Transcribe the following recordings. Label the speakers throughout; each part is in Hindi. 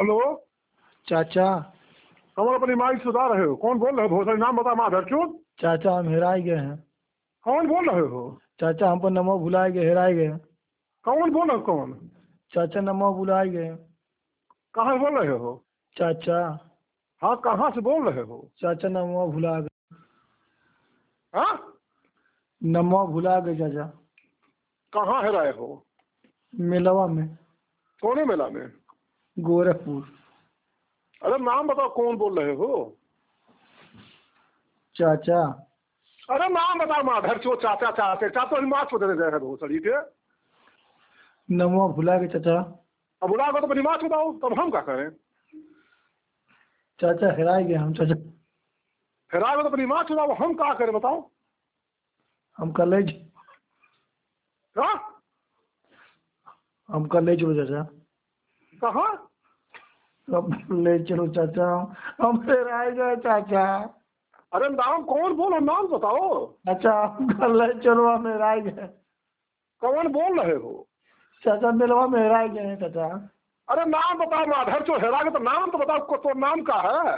Speaker 1: हेलो
Speaker 2: चाचा
Speaker 1: कमल अपनी माई सुधा रहे हो कौन बोल रहे हो भोसड़ी नाम बता माँ धरचूत
Speaker 2: चाचा हम हेराए गए हैं
Speaker 1: कौन बोल रहे हो
Speaker 2: चाचा हमको नमो भुलाए गए हेराए गए
Speaker 1: कौन बोल रहे हो कौन
Speaker 2: चाचा नमो भुलाए गए
Speaker 1: कहाँ से बोल रहे हो
Speaker 2: चाचा
Speaker 1: हाँ कहाँ से बोल रहे हो
Speaker 2: चाचा नमो भुला गए
Speaker 1: हाँ
Speaker 2: नमो भुला गए चाचा
Speaker 1: कहाँ है रहे हो
Speaker 2: मेलवा में
Speaker 1: कोने मेला में
Speaker 2: गोरखपुर
Speaker 1: अरे नाम बताओ कौन बोल रहे हो
Speaker 2: चाचा
Speaker 1: अरे नाम बताओ माँ धरचूत चाचा चाचे चाचा तो अपनी माँ छू दे रहे हैं भोसड़ी के
Speaker 2: नमो भुला गए चाचा
Speaker 1: अब बुला को तो अपनी माँ छुदाओ तब हम क्या करें
Speaker 2: चाचा हेराए गए हम चाचा
Speaker 1: हेरा गए तो अपनी माँ छुदाओ हम क्या करें बताओ
Speaker 2: हम कॉलेज
Speaker 1: हाँ
Speaker 2: हम कॉलेज हो चाचा
Speaker 1: कहाँ
Speaker 2: हम ले चलो चाचा हम हेराए गए चाचा
Speaker 1: अरे नाम कौन बोल नाम बताओ
Speaker 2: चाचा हम ले चलो हम हेराए गए
Speaker 1: कौन बोल रहे हो
Speaker 2: चाचा मेलवा में हेराए गए हैं चाचा
Speaker 1: अरे नाम बताओ माधर चो हेरा के तो नाम तो बताओ को- तो नाम का है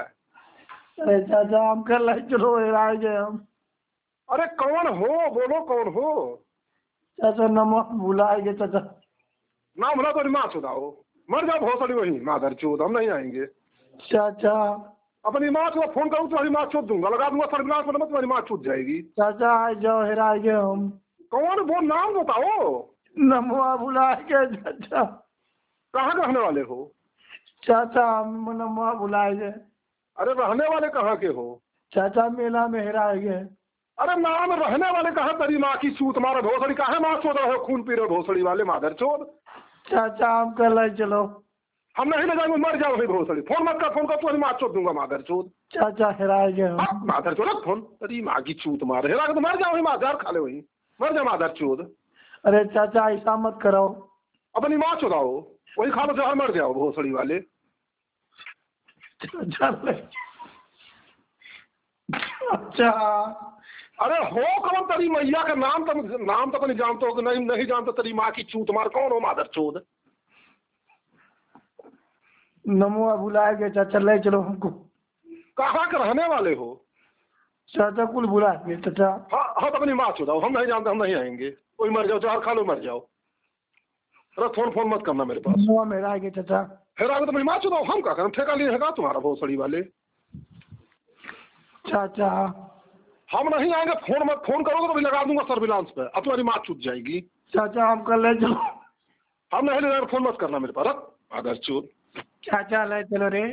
Speaker 2: अरे चाचा हम कल चलो हेराए गए हम
Speaker 1: अरे कौन हो बोलो कौन हो
Speaker 2: चाचा नमो भुलाए गए चाचा
Speaker 1: नाम बोला तो माँ सुनाओ मर जाओ भोसड़ी वही माधर चोद हम नहीं आएंगे
Speaker 2: चाचा
Speaker 1: अपनी माँ को फोन करूँ तुम्हारी माँ चूत दूंगा लगा दूंगा सर्विलांस में नंबर तुम्हारी माँ छूट जाएगी
Speaker 2: चाचा आ जाओ हेराए गए हम
Speaker 1: कौन वो नाम बताओ
Speaker 2: नमो भुलाए गए चाचा
Speaker 1: कहाँ के रहने वाले हो
Speaker 2: चाचा हम नमो भुलाए गए
Speaker 1: अरे रहने वाले कहाँ के हो
Speaker 2: चाचा मेला में हेराए गए
Speaker 1: अरे नाम रहने वाले कहाँ तेरी माँ की चूत मारे भोसड़ी कहाँ माँ चोद रहे हो खून पी रहे हो भोसड़ी वाले माधर चोद
Speaker 2: चाचा हम कल चलो
Speaker 1: हम नहीं ले जाएंगे मर जाओ वही भोसड़ी फोन मत कर फोन कर तुम्हारी माँ चोद दूंगा माधर चोद
Speaker 2: चाचा हेराए गए हम
Speaker 1: माधर चोद फोन अरे माँ की चूत मार हेरा के तो मर जाओ वही माधर खा ले वही मर जाओ माधर चोद
Speaker 2: अरे चाचा ऐसा मत करो
Speaker 1: अपनी माँ चुदाओ वही खा लो जहर मर जाओ भोसड़ी वाले
Speaker 2: चाचा ले- चाचा
Speaker 1: अरे हो कौन तेरी मैया का नाम तो नाम तो अपनी जानते हो कि नहीं नहीं जानते तेरी माँ की चूत मार कौन हो माधर चोद
Speaker 2: नमो भुलाए गए चाचा ले चलो हमको
Speaker 1: कहाँ के रहने वाले हो
Speaker 2: चाचा कुल बुला के चाचा
Speaker 1: हाँ हाँ तो अपनी माँ चुदाओ हम नहीं जानते हम नहीं आएंगे कोई मर जाओ जहर खा लो मर जाओ अरे फोन फोन मत करना मेरे पास
Speaker 2: मुआ मेरा के चाचा
Speaker 1: फिर आगे तो अपनी माँ चुदाओ हम क्या करें ठेका लिए हैगा तुम्हारा भोसड़ी वाले
Speaker 2: चाचा
Speaker 1: हम नहीं आएंगे फोन मत फोन करोगे तो भी लगा दूंगा सर्विलांस पे अब तुम्हारी माँ चूत जाएगी
Speaker 2: चाचा हमको ले चलो
Speaker 1: तो हम नहीं ले जाएंगे, फोन मत करना मेरे पास माधर चोद
Speaker 2: चाचा ले चलो रे